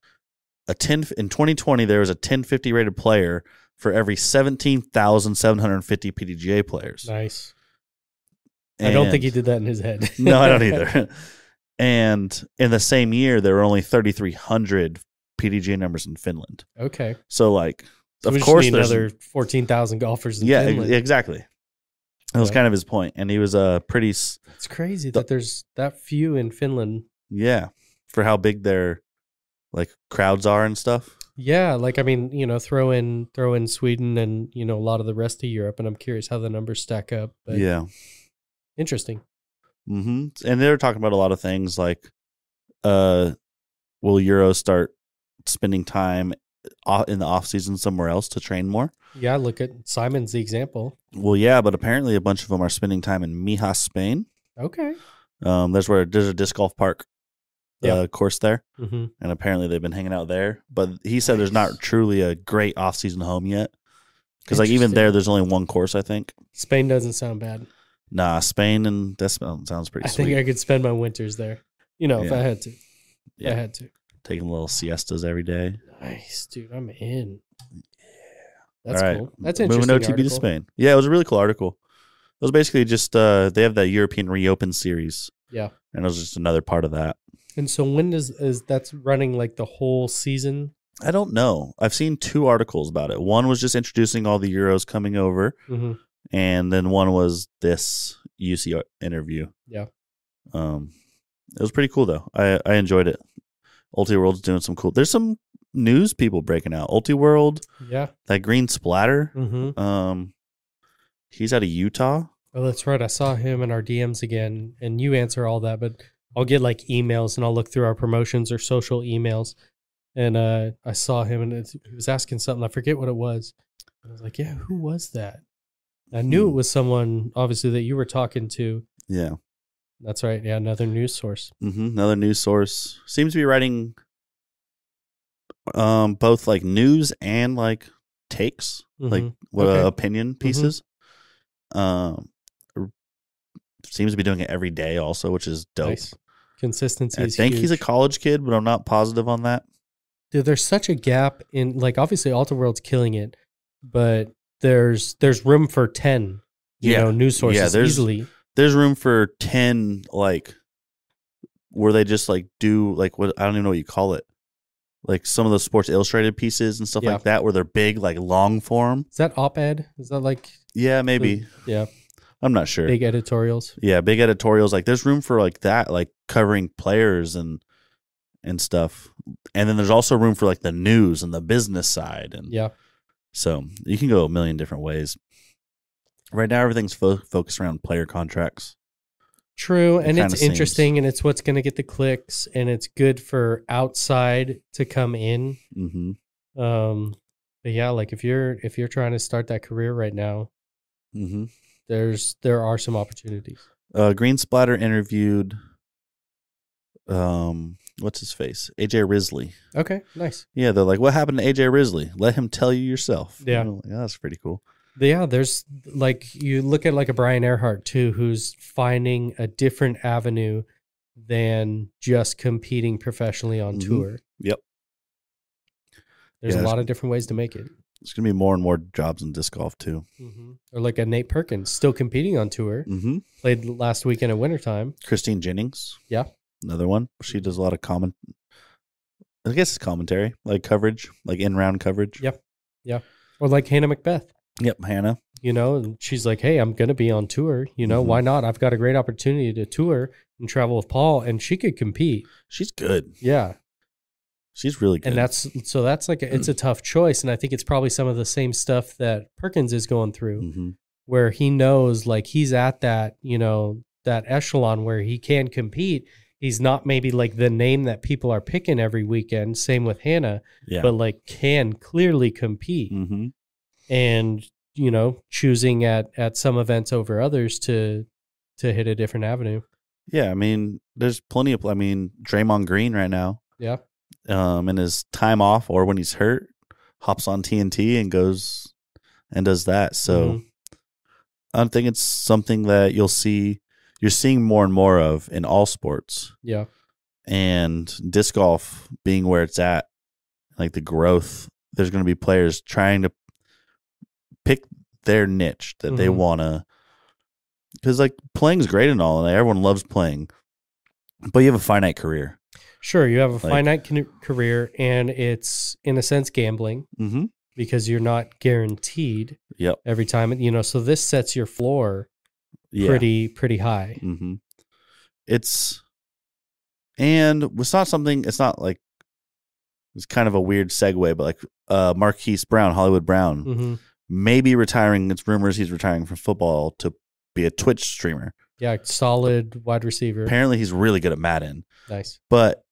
a ten in 2020 there was a 1050 rated player for every 17,750 PDGA players.
Nice. I don't think he did that in his head.
no, I don't either. and in the same year there were only 3,300 PDGA numbers in Finland.
okay.
So like
So we
of
just
course
need
there's
another 14,000 golfers in
yeah, ex-
Finland.
exactly. That was
Yeah.
kind of his point, and he was uh, pretty s-
it's crazy
The-
that there's that few in Finland.
yeah for how big their like crowds are and stuff.
Yeah, like I mean, you know, throw in throw in Sweden and, you know, a lot of the rest of Europe and I'm curious how the numbers stack up. But
yeah,
interesting.
hmm and they were talking about a lot of things like, uh, will Euros start spending time o- in the off season somewhere else to train more?
Yeah, look at Simon's the example.
Well, yeah, but apparently a bunch of them are spending time in Mijas, Spain.
Okay.
Um, there's where there's a disc golf park,
Yeah.
uh, course there.
Mm-hmm.
and apparently they've been hanging out there. But he said there's not truly a great off-season home yet, because like even
Interesting.
there, there's only one course I think.
Spain doesn't sound bad.
Nah, Spain and that sm- um, sounds pretty
I
sweet.
think I could spend my winters there. You know, if I
Yeah.
had to. Yeah. I
Yeah.
had to.
Taking little siestas every day.
Nice, dude. I'm in. That's
All right,
cool. That's
moving
interesting.
OTB to
article.
Spain. Yeah, it was a really cool article. It was basically just uh, they have that European reopen series.
Yeah.
and it was just another part of that.
And so when does is that's running like the whole season?
I don't know. I've seen two articles about it. One was just introducing all the Euros coming over,
Mm-hmm.
and then one was this UC interview.
Yeah.
Um, it was pretty cool though. I I enjoyed it. Ulti World's doing some cool. There's some news people breaking out. Ulti World,
Yeah.
that green splatter.
Mm-hmm.
Um, he's out of Utah.
Oh, that's right. I saw him in our DMs again, and you answer all that, but I'll get like emails and I'll look through our promotions or social emails. And uh, I saw him and it's, he was asking something. I forget what it was. And I was like, yeah, who was that? I knew it
Hmm.
was someone, obviously, that you were talking to.
Yeah.
That's right. Yeah, another news source.
hmm Another news source seems to be writing, um, both like news and like takes, like
Mhm.
what uh,
Okay.
opinion pieces. Um, r- seems to be doing it every day also, which is dope.
Nice. Consistency.
I
is
think he's a
huge.
college kid, but I'm not positive on that.
Dude, there's such a gap in like obviously Alter World's killing it, but there's there's room for ten you know news sources
there's-
easily.
there's room for 10 like where they just like do like what I don't even know what you call it. Like some of the sports illustrated pieces and stuff
Yeah.
like that where they're big like long form.
Is that op ed? Is that like
Yeah, maybe.
yeah,
I'm not sure.
big editorials?
yeah, big editorials like there's room for like that like covering players and and stuff. And then there's also room for like the news and the business side and
Yeah.
so you can go a million different ways. Right now everything's fo- focused around player contracts.
True. And
kinda
it's
seems-
interesting and it's what's gonna get the clicks and it's good for outside to come in.
Mhm.
Um but yeah, like if you're if you're trying to start that career right now,
Mhm.
there's there are some opportunities.
uh, Green Splatter interviewed um what's his face AJ Risley.
Okay, nice.
Yeah, they're like, what happened to AJ Risley? Let him tell you yourself.
Yeah.
I'm like, "Yeah, that's pretty cool.
Yeah, there's like you look at like a Brian Earhart too, who's finding a different avenue than just competing professionally on
Mhm.
tour.
Yep.
There's
Yeah,
a
there's-
lot of different ways to make it.
It's gonna be more and more jobs in disc golf too.
Or like a Nate Perkins, still competing on tour,
Mm-hmm.
played last weekend at wintertime.
Christine Jennings.
Yeah.
another one. She does a lot of comment. I guess it's commentary, like coverage, like in round coverage.
Yep. Or like Hannah Macbeth,
Yep. Hannah.
you know, and she's like, hey, I'm going to be on tour. You know,
Mhm.
why not? I've got a great opportunity to tour and travel with Paul, and she could compete.
She's good.
Yeah.
She's really good.
and that's so that's like a, it's a tough choice and i think it's probably some of the same stuff that perkins is going through
hmm
where he knows like he's at that you know that echelon where he can compete he's not maybe like the name that people are picking every weekend same with hannah
Yeah.
but like can clearly compete
mm-hmm.
and you know choosing at at some events over others to to hit a different avenue
Yeah, I mean, there's plenty of. I mean, Draymond Green right now.
Yeah.
Um, in his time off or when he's hurt, hops on TNT and goes and does that. So
Mhm.
I think it's something that you'll see. You're seeing more and more of in all sports,
yeah
and disc golf being where it's at, like the growth. There's going to be players trying to pick their niche that they
Mhm.
want to. Because like playing's great and all, and everyone loves playing, but you have a finite career.
sure you have a
Like-
finite can- career and it's in a sense gambling
Mm-hmm.
because you're not guaranteed
Yep.
every time you know so this sets your floor
Yeah.
pretty pretty high
Mm-hmm. It's and it's not something. It's not like it's kind of a weird segue, but like uh Marquise Brown, Hollywood Brown,
hmm
maybe retiring. It's rumors he's retiring from football to be a Twitch streamer.
yeah solid wide receiver
Apparently, he's really good at Madden,
nice
but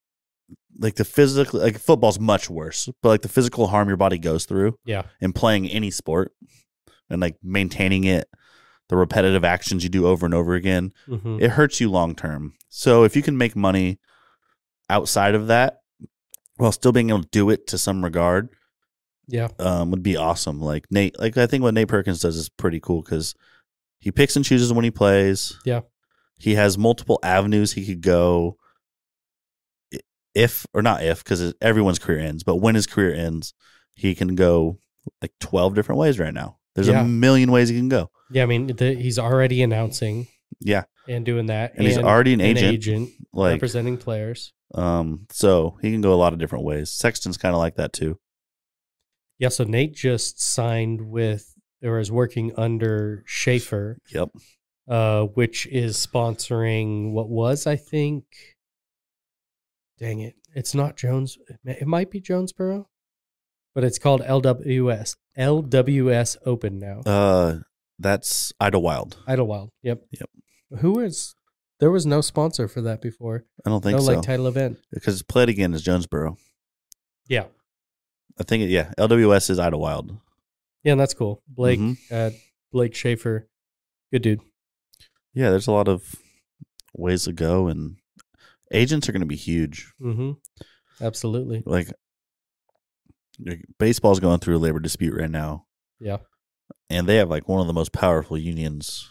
like the physical, like football's much worse. But like the physical harm your body goes through
yeah
in playing any sport and like maintaining it, the repetitive actions you do over and over again,
hmm
it hurts you long term. So if you can make money outside of that while still being able to do it to some regard,
yeah
um, would be awesome. Like Nate, like I think what Nate Perkins does is pretty cool because he picks and chooses when he plays.
Yeah.
he has multiple avenues he could go. I- If or not if, because everyone's career ends, but when his career ends, he can go like twelve different ways right now. There's
Yeah.
a million ways he can go.
yeah i mean the, he's already announcing
Yeah,
and doing that
and, he's already an
an
agent.
agent
Like,
representing players
um, so he can go a lot of different ways. Sexton's kind of like that too.
yeah so nate just signed with or is working under schaefer
Yep.
uh, which is sponsoring what was I think. Dang it! It's not Jones. it may- It might be Jonesboro, but it's called LWS LWS Open now.
Uh, that's Idlewild.
Idlewild. Yep.
Yep.
Who is? There was no sponsor for that before.
I don't think
no
so.
like title event.
because play it again is Jonesboro.
Yeah.
I think it, yeah, LWS is Idlewild.
Yeah, and that's cool. Blake,
Mhm.
uh, Blake Schaefer, good dude.
Yeah, there's a lot of ways to go, and agents are going to be huge.
Mm-hmm. Absolutely.
Like, like, baseball's going through a labor dispute right now.
Yeah.
and they have like one of the most powerful unions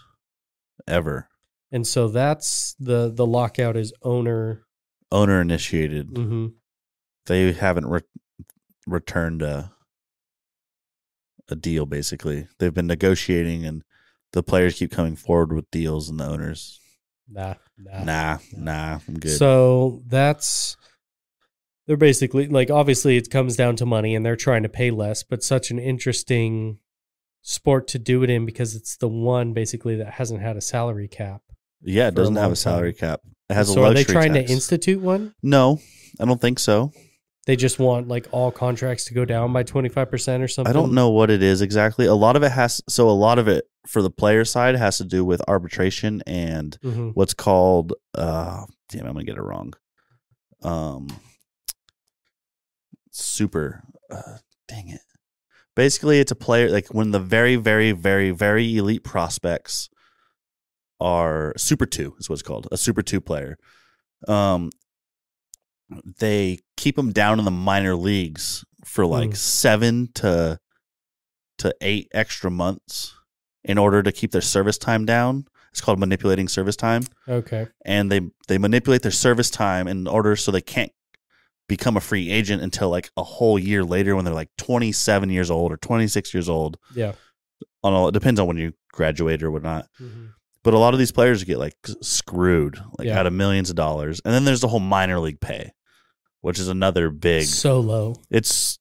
ever,
And so that's the the lockout is owner.
owner initiated.
Mm-hmm.
They haven't re- returned a a deal. Basically, they've been negotiating, and the players keep coming forward with deals, and the owners,
Nah, nah.
nah, nah, I'm good.
So that's they're basically like obviously it comes down to money and they're trying to pay less, but such an interesting sport to do it in because it's the one basically that hasn't had a salary cap.
Yeah, it
for a
doesn't have
long
a salary cap. It has
so
a
are
luxury
they trying
tax.
to institute one?
no, I don't think so.
They just want like all contracts to go down by twenty five percent or something.
I don't know what it is exactly. A lot of it has so a lot of it for the player side has to do with arbitration and
hmm
what's called uh damn, I'm going to get it wrong. Um super uh, dang it. Basically, it's a player like when the very very very very elite prospects are super 2 is what it's called, a super 2 player. Um they keep them down in the minor leagues for like
Mm.
7 to to 8 extra months in order to keep their service time down. It's called manipulating service time
Okay.
and they they manipulate their service time in order so they can't become a free agent until like a whole year later when they're like 27 years old or 26 years old
Yeah.
on all it depends on when you graduate or whatnot
Mhm.
but a lot of these players get like s- screwed like
Yeah.
out of millions of dollars and then there's the whole minor league pay which is another big
So low.
it's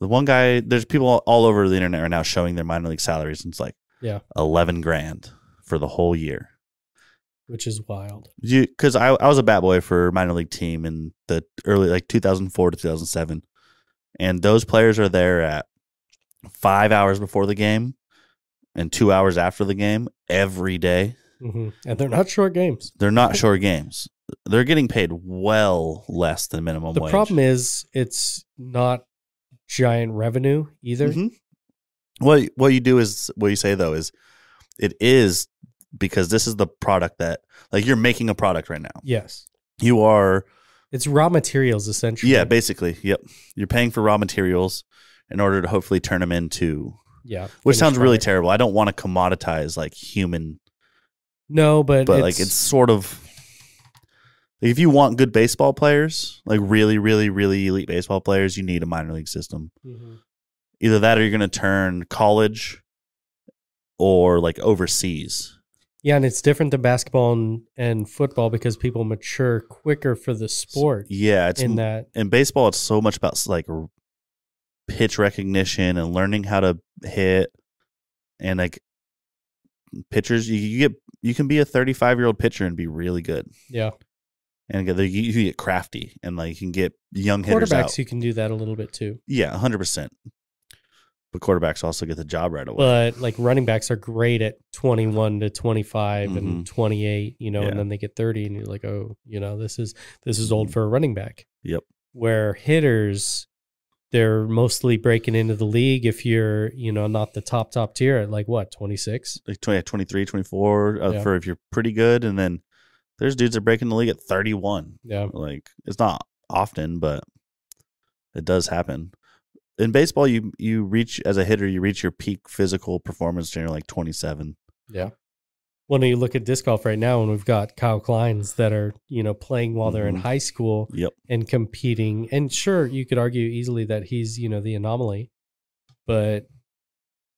the one guy there's people all- all over the internet right now showing their minor league salaries and it's like
Yeah.
11 grand for the whole year
which is wild.
you because I, I was a bat boy for minor league team in the early like 2004 to 2007 and those players are there at five hours before the game and two hours after the game every day
hmm And they're not short games.
they're not short games they're getting paid well less than minimum
The
wage
problem is it's not giant revenue either.
Mhm. what, what you do is what you say though is it is because this is the product that like you're making a product right now
Yes.
you are
It's raw materials essentially.
Yeah, basically. Yep. You're paying for raw materials in order to hopefully turn them into,
yeah.
which
finished
sounds really
product.
terrible. I don't want to commoditize like human,
No, but,
but like it's sort of if you want good baseball players, like really, really, really elite baseball players, you need a minor league system.
Mhm.
Either that or you're going to turn college or like overseas.
yeah, and it's different than basketball and, and football because people mature quicker for the sport.
Yeah, it's
in that,
in baseball it's so much about like r- pitch recognition and learning how to hit and like pitchers you, you get you can be a 35 year old pitcher and be really good
yeah,
and get, you, you get crafty and like you can get young hitters out
quarterbacks you can do that a little bit too,
yeah 100% but quarterbacks also get the job right away
but like running backs are great at twenty one to twenty and twenty eight, you know,
Mm-hmm. Yeah. Mm-hmm.
and then they get thirty, and you're like, oh, you know, this is this is old for a running back.
yep
where hitters they're mostly breaking into the league if you're you know not the top top tier at like what 26
like 20, 23 24 uh,
Yeah.
for if you're pretty good and then there's dudes that are breaking the league at 31
yeah
like it's not often but it does happen in baseball you you reach as a hitter you reach your peak physical performance during like 27
yeah when you look at disc golf right now and we've got kyle kleins that are you know playing while they're in
Mhm.
high school
yep
and competing and sure you could argue easily that he's you know the anomaly but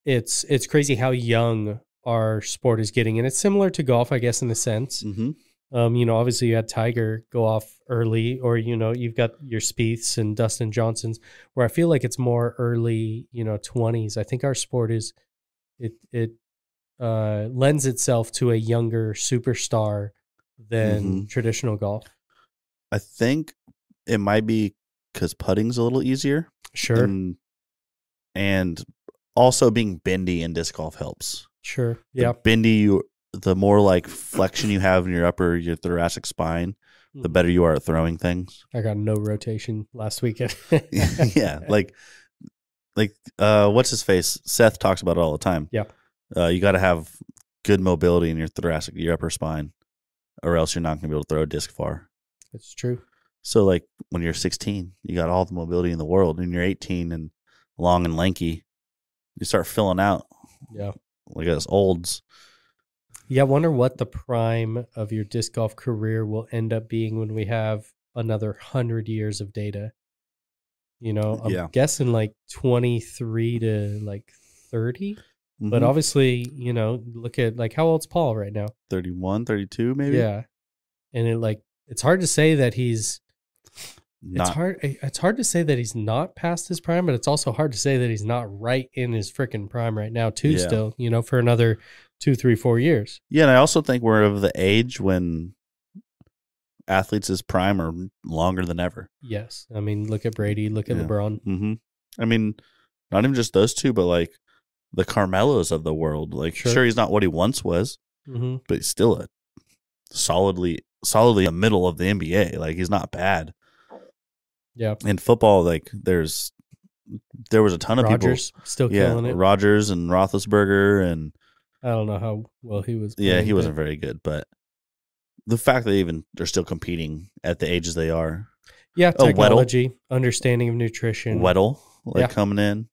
it's it's crazy how young our sport is getting and it's similar to golf i guess in a sense
mm-hmm.
Um, you know, obviously you had Tiger go off early, or you know, you've got your Spieths and Dustin Johnsons, where I feel like it's more early, you know, twenties. I think our sport is it it uh, lends itself to a younger superstar than
Mhm.
traditional golf.
I think it might be because putting's a little easier.
Sure,
And, and also being bendy in disc golf helps.
sure,
The
yeah,
bendy, you, the more like flexion you have in your upper, your thoracic spine, the
Mm-hmm.
better you are at throwing things.
I got no rotation last weekend.
yeah. Like, like, uh, what's his face? Seth talks about it all the time.
Yeah.
Uh, you got to have good mobility in your thoracic, your upper spine, or else you're not going to be able to throw a disc far.
it's true.
So like when you're 16, you got all the mobility in the world, and you're 18 and long and lanky, you start filling out
Yeah,
like us olds.
yeah. I wonder what the prime of your disc golf career will end up being when we have another hundred years of data. You know, I'm
Yeah.
guessing like twenty three to like thirty. But
Mhm.
obviously, you know, look at like how old's Paul right now?
31, 32, maybe.
Yeah. And it like it's hard to say that he's
Not,
it's hard eh, it's hard to say that he's not past his prime, but it's also hard to say that he's not right in his freaking prime right now too
Yeah.
still, you know, for another two, three, four years.
Yeah, and I also think we're of the age when athletes is prime are longer than ever.
Yes. I mean, look at Brady, look at
Yeah.
LeBron.
hmm I mean, not even just those two, but like the Carmelos of the world. Like,
Sure.
sure he's not what he once was,
hmm
but he's still a solidly solidly in the middle of the NBA. Like he's not bad.
Yeah.
In football, like there's there was a ton of
Rogers still
people. Yeah,
killing it.
Rogers and Roethlisberger, and
I don't know how well he was.
yeah,
playing,
he
but
wasn't very good, but the fact that they even they're still competing at the ages they are,
Yeah,
Oh, Weddle.
technology, understanding of nutrition.
Weddle like
Yeah.
coming in,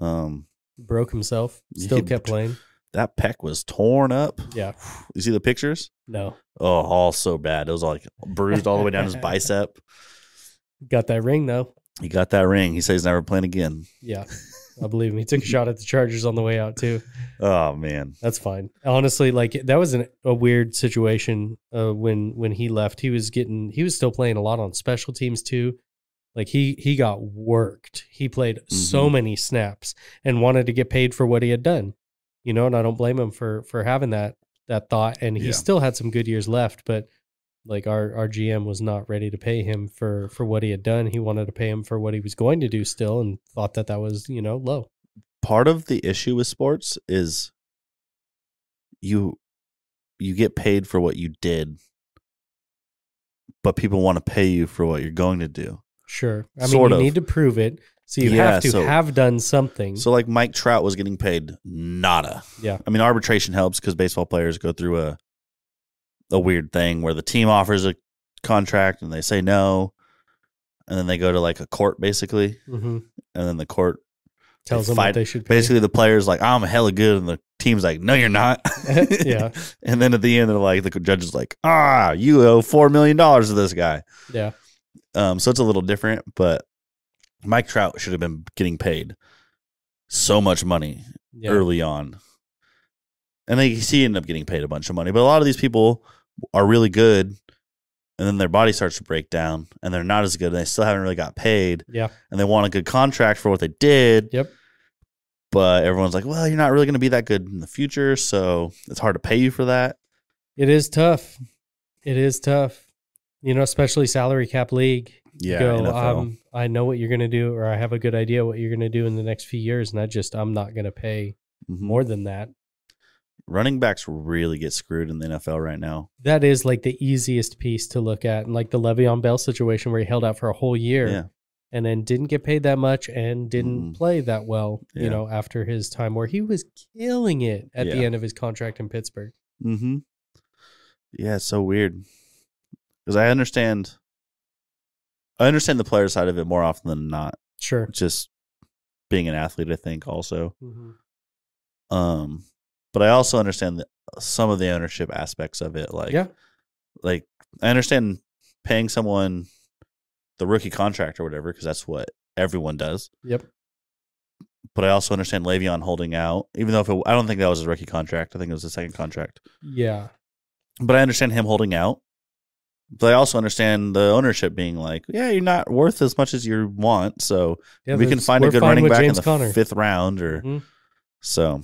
um,
Broke himself. Still
He-
kept playing.
that pec was torn up.
Yeah.
You see the pictures?
No.
Oh, all so bad. It was like bruised all the way down his bicep.
Got that ring though.
He got that ring. He says he's never playing again.
Yeah, I believe him. He took a shot at the Chargers on the way out too.
Oh man.
That's fine. Honestly, like that was an, a weird situation uh, when when he left. He was getting he was still playing a lot on special teams too. Like he he got worked. He played so many snaps and wanted to get paid for what he had done. You know, and I don't blame him for for having that that thought. And he
Yeah.
still had some good years left, but like our our GM was not ready to pay him for for what he had done. He wanted to pay him for what he was going to do still, and thought that that was you know low.
part of the issue with sports is you you get paid for what you did but people want to pay you for what you're going to do
Sure. I mean,
Sort
you
of.
need to prove it. So you
Yeah,
have to
so-
have done something.
so like mike trout was getting paid nada
Mm-hmm. Yeah.
i mean arbitration helps because baseball players go through a a weird thing where the team offers a contract and they say no and then they go to like a court basically
hmm
and then the court
Tells them
fight-
what they should pay.
basically the player's like, I'm hella good, and the team's like, No, you're not.
Yeah.
And then at the end, they're like, the judge is like, Ah, you owe four million dollars to this guy.
Yeah.
Um, so it's a little different, but Mike Trout should have been getting paid so much money
Yeah.
early on, and they he ended up getting paid a bunch of money. But a lot of these people are really good. And then their body starts to break down, and they're not as good, and they still haven't really got paid.
Yeah.
and they want a good contract for what they did
Yep.
but everyone's like, well, you're not really going to be that good in the future, so it's hard to pay you for that.
It is tough. It is tough. You know, especially salary cap league.
Yeah,
Go, um, I know what you're going to do, or I have a good idea what you're going to do in the next few years. And I just, I'm not going to pay more than that.
Mm-hmm. running backs really get screwed in the NFL right now.
That is like the easiest piece to look at. And like the Le'Veon Bell situation where he held out for a whole year.
Yeah,
and then didn't get paid that much and didn't
Mm.
play that well, you
Yeah.
know, after his time where he was killing it at the
Yeah.
end of his contract in Pittsburgh.
mm-hmm. yeah, it's so weird because I understand, I understand the player side of it more often than not.
Sure.
Just being an athlete, I think also.
Mm-hmm.
Um, but I also understand the, some of the ownership aspects of it. Like,
Yeah.
like I understand paying someone the rookie contract or whatever because that's what everyone does.
Yep.
But I also understand Le'Veon holding out, even though if it, I don't think that was his rookie contract. I think it was the second contract.
Yeah.
But I understand him holding out. But I also understand the ownership being like, yeah, you're not worth as much as you want, so
Yeah,
we can
there's-
find a
we're
good
fine
running
with
back in
James
the
Conner.
fifth round, or
Mhm.
so.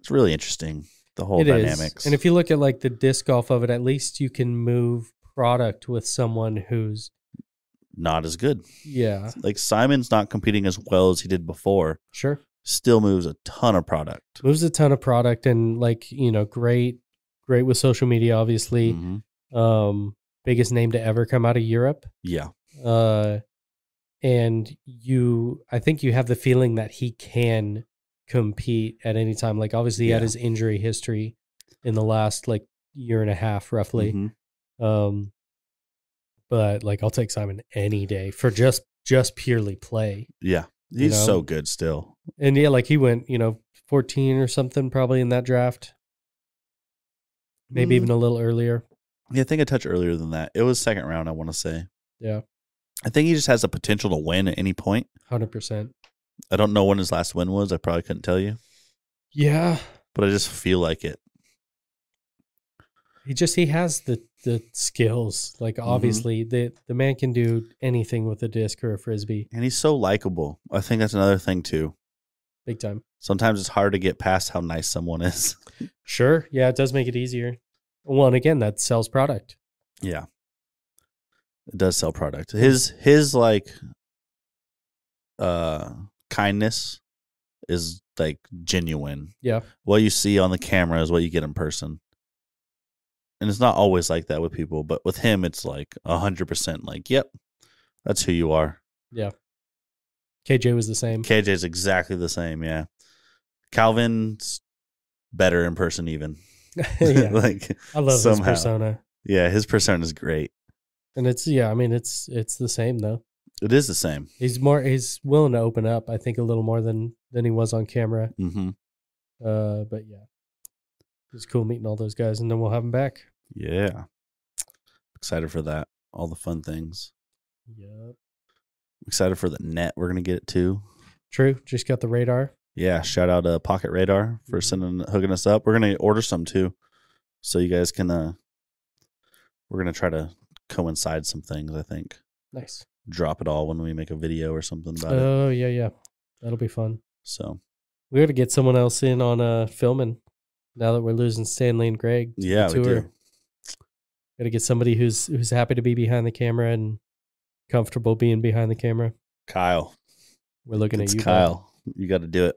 It's really interesting. the whole
It is.
dynamics.
And if you look at like the disc golf of it, at least you can move product with someone who's
not as good.
yeah,
Like Simon's not competing as well as he did before.
sure.
Still moves a ton of product.
Moves a ton of product and like, you know, great great with social media obviously.
Mhm.
Um biggest name to ever come out of Europe.
Yeah,
Uh and you I think you have the feeling that he can compete at any time. Like obviously he had
Yeah.
his injury history in the last like year and a half roughly.
Mhm.
Um, but like I'll take Simon any day for just just purely play.
yeah, he's
You know?
so good still.
And yeah, like he went, you know, 14 or something probably in that draft. Maybe
Mm.
even a little earlier.
Yeah, I think a touch earlier than that. It was second round. I want to say.
Yeah.
I think he just has the potential to win at any point.
100%.
I don't know when his last win was. I probably couldn't tell you,
Yeah.
but I just feel like it.
He just he has the the skills. Like obviously the the man can do anything with a disc or a frisbee
And he's so likable. I think that's another thing too.
big time.
Sometimes it's hard to get past how nice someone is.
Sure. Yeah, it does make it easier. Well, and again, that sells product.
Yeah. It does sell product. His his like uh kindness is like genuine.
Yeah.
What you see on the camera is what you get in person. And it's not always like that with people, but with him it's like a hundred percent like, yep, that's who you are.
KJ was the same.
KJ's exactly the same, yeah. Calvin's better in person even.
yeah.
like
I love his
somehow.
persona.
yeah, his persona is great.
And it's yeah, I mean it's it's the same though.
It is the same.
He's more he's willing to open up, I think, a little more than than he was on camera.
Mm-hmm.
Uh, but yeah, it's cool meeting all those guys, and then we'll have him back.
Yeah. Excited for that. All the fun things.
Yep.
Excited for the net we're gonna get it too.
True. Just got the radar.
Yeah, shout out to Pocket Radar for
Mhm.
sending hooking us up. We're gonna order some too. So you guys can uh we're gonna try to coincide some things, I think.
Nice.
Drop it all when we make a video or something about it.
Oh yeah, yeah. That'll be fun.
So
We got to get someone else in on uh filming. Now that we're losing Stanley and Greg,
yeah, we
tour.
do.
got to get somebody who's who's happy to be behind the camera and comfortable being behind the camera.
Kyle.
We're looking
It's
at you, bud.
Kyle. You gotta do it.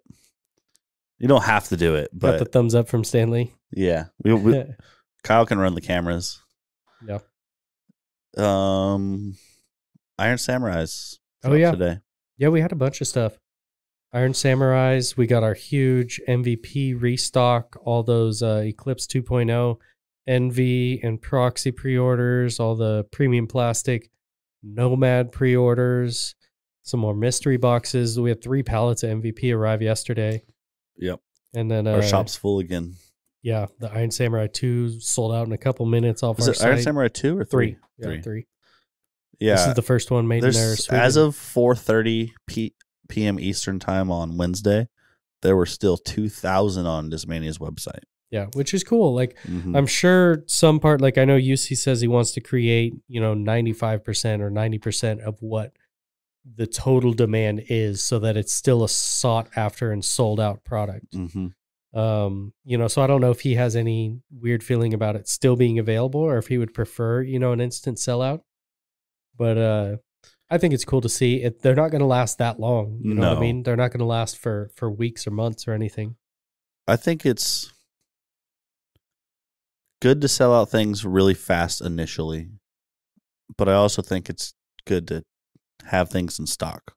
You don't have to do it,
Got
but
the thumbs up from Stanley.
yeah. We, we, Kyle can run the cameras.
Yeah.
Um, Iron Samurai's.
Oh,
dropped
yeah.
today.
Yeah, we had a bunch of stuff. Iron Samurais, we got our huge MVP restock, all those uh, Eclipse 2.0 NV and Proxy pre orders, all the premium plastic Nomad pre orders, some more mystery boxes. We had three pallets of MVP arrive yesterday.
Yep.
And then uh,
Our shop's full again.
Yeah, the Iron Samurai 2 sold out in a couple minutes off
Is
our
it Iron
site.
Samurai two or three?
Three. Yeah, three.
Three.
This
Yeah.
is the first one made in there.
There's as of four thirty p p.m. Eastern time on Wednesday, there were still two thousand on Dismania's website.
Yeah, which is cool. Like,
Mhm.
I'm sure some part, like I know UC says he wants to create, you know, 95% or 90% of what the total demand is so that it's still a sought after and sold out product.
Mhm.
Um, you know, so I don't know if he has any weird feeling about it still being available or if he would prefer, you know, an instant sellout. But uh I think it's cool to see it they're not gonna last that long. You know what I
No.
mean? They're not gonna last for for weeks or months or anything.
I think it's good to sell out things really fast initially, but I also think it's good to have things in stock.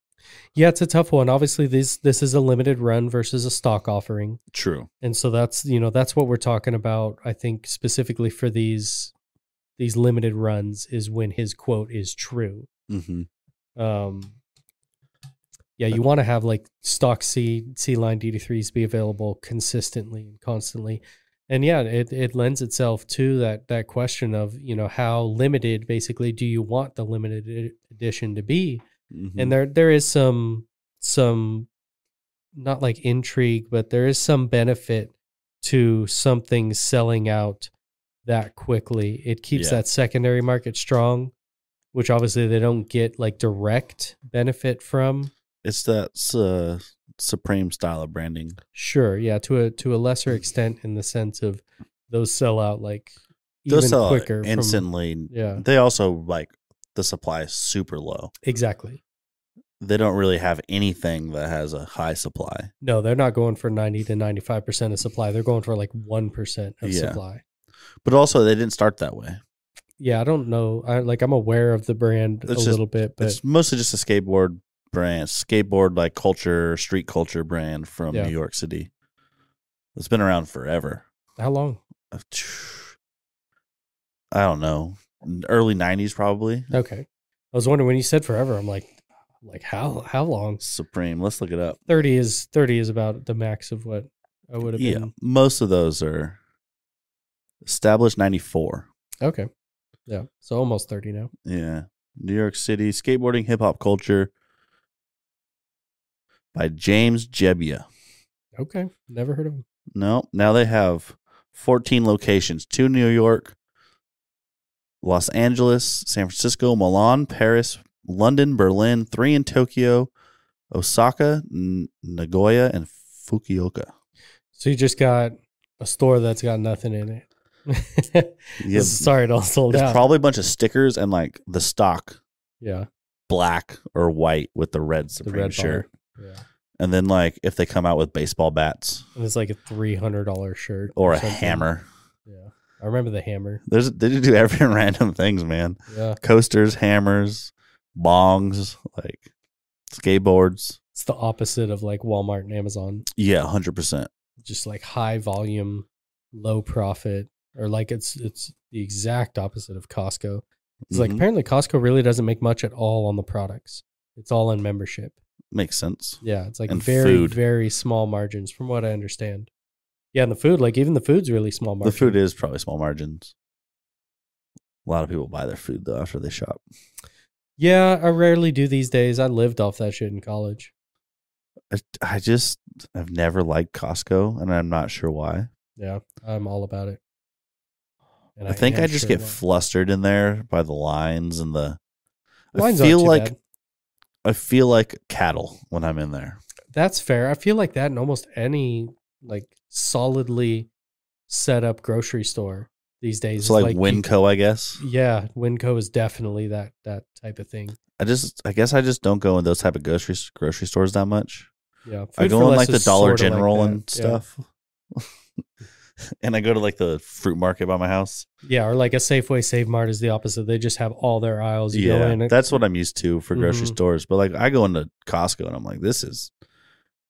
Yeah, it's a tough one. Obviously, this this is a limited run versus a stock offering.
True.
and so that's you know that's what we're talking about i think specifically for these these limited runs is when his quote is true
hmm
um yeah you want to have like stock c c line dd3s be available consistently and constantly and yeah it, it lends itself to that that question of you know how limited basically do you want the limited e- edition to be
Mm-hmm. Mm.
and there there is some some not like intrigue but there is some benefit to something selling out that quickly it keeps
Yeah.
that secondary market strong which obviously they don't get like direct benefit from
it's that uh, Supreme style of branding.
Sure, yeah, to a to a lesser extent in the sense of those sell out like
They'll
even
sell out
quicker from-
instantly. Mm.
yeah,
They also like the supply is super low.
exactly.
They don't really have anything that has a high supply.
No, they're not going for ninety to ninety five percent of supply. They're going for like one percent of
Yeah.
supply.
But also, they didn't start that way.
Yeah, I don't know. I like I'm aware of the brand
It's
a
just-
little bit, but
it's mostly just a skateboard brand, skateboard like culture, street culture brand from
Yeah.
New York City. It's been around forever.
how long?
I don't know. Early 90s, probably.
Okay. I was wondering when you said forever, I'm like like how how long?
Supreme. Let's look it up.
Thirty is thirty is about the max of what I would have
Yeah.
been.
Most of those are established 94.
Okay. Yeah. So almost thirty now.
Yeah. New York City, skateboarding, hip hop culture by James Jebbia.
Okay. Never heard of him.
No, now they have 14 locations two in New York, Los Angeles, San Francisco, Milan, Paris, London, Berlin, three in Tokyo, Osaka, N- Nagoya, and Fukuoka.
So you just got a store that's got nothing in it.
Yeah,
Sorry, it all sold
it's
out.
probably a bunch of stickers and like the stock
yeah.
black or white with the red
The
Supreme
red
shirt.
shirt. Yeah.
And then like if they come out with baseball bats
And it's like a three hundred dollar shirt.
or a
something.
hammer.
Yeah. I remember the hammer.
There's they do every random things, man.
Yeah.
coasters, hammers, bongs, like skateboards.
It's the opposite of like Walmart and Amazon.
Yeah, hundred percent.
just like high volume, low profit, or like it's it's the exact opposite of Costco. It's
Mm-hmm.
like apparently Costco really doesn't make much at all on the products. It's all in membership.
makes sense.
Yeah, it's like
And
very
food.
very small margins from what I understand. Yeah, and the food, like even the food's really small margin.
The food is probably small margins. A lot of people buy their food though after they shop.
Yeah, I rarely do these days. I lived off that shit in college.
I, I just I've never liked Costco, and I'm not sure why.
Yeah, I'm all about it. And
I, think
am
I just
sure
get
why.
flustered in there by the lines and the.
Lines
I
aren't
feel
too
like
bad.
I feel like cattle when I'm in there.
That's fair. I feel like that in almost any like solidly set up grocery store these days.
It's
It's
like,
you-
Winco, I guess.
yeah, Winco is definitely that that type of thing.
I just I guess I just don't go in those type of grocery grocery stores that much.
Yeah,
I
Food for
go on
Less
like the
is
Dollar
sorta like
General
that.
and
Yeah.
stuff. and I go to like the fruit market by my house.
Yeah. or like a Safeway Save Mart is the opposite. They just have all their aisles. You go in
Yeah,
and-
that's what I'm used to for grocery
Mhm.
stores. But like I go into Costco and I'm like, this is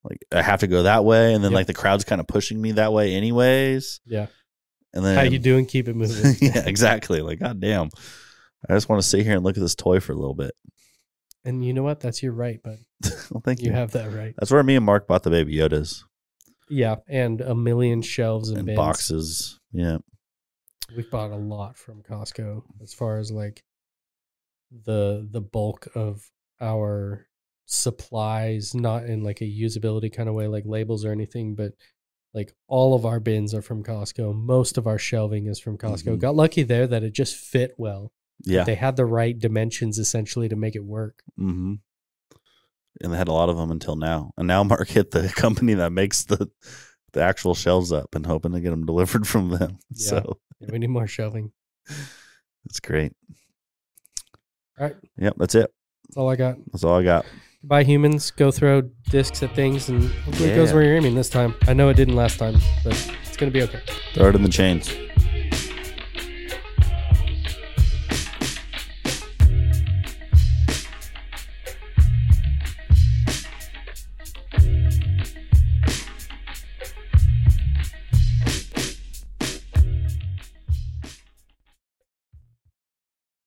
like I have to go that way, and then
Yep.
like the crowd's kind of pushing me that way, anyways.
yeah.
And then
How you doing? Keep it moving.
yeah, exactly. Like goddamn, I just want to sit here and look at this toy for a little bit.
And you know what? That's your right, but
well, thank you.
you have that right.
that's where me and Mark bought the baby Yodas
Yeah, and a million shelves and,
and
bins.
boxes. Yeah,
we bought a lot from Costco as far as like the the bulk of our supplies not in like a usability kind of way like labels or anything but like all of our bins are from Costco most of our shelving is from Costco
Mhm.
got lucky there that it just fit well
yeah.
they had the right dimensions essentially to make it work
Mm-hmm. And they had a lot of them until now. And now Mark hit the company that makes the the actual shelves up and hoping to get them delivered from them.
Yeah.
So
Yeah, we need more shelving
it's great.
All right.
Yep, that's it.
that's all I got
That's all I got.
buy humans go throw discs at things and hopefully it goes
Yeah.
where you're aiming this time I know it didn't last time but it's gonna be okay
Throw it in the chains.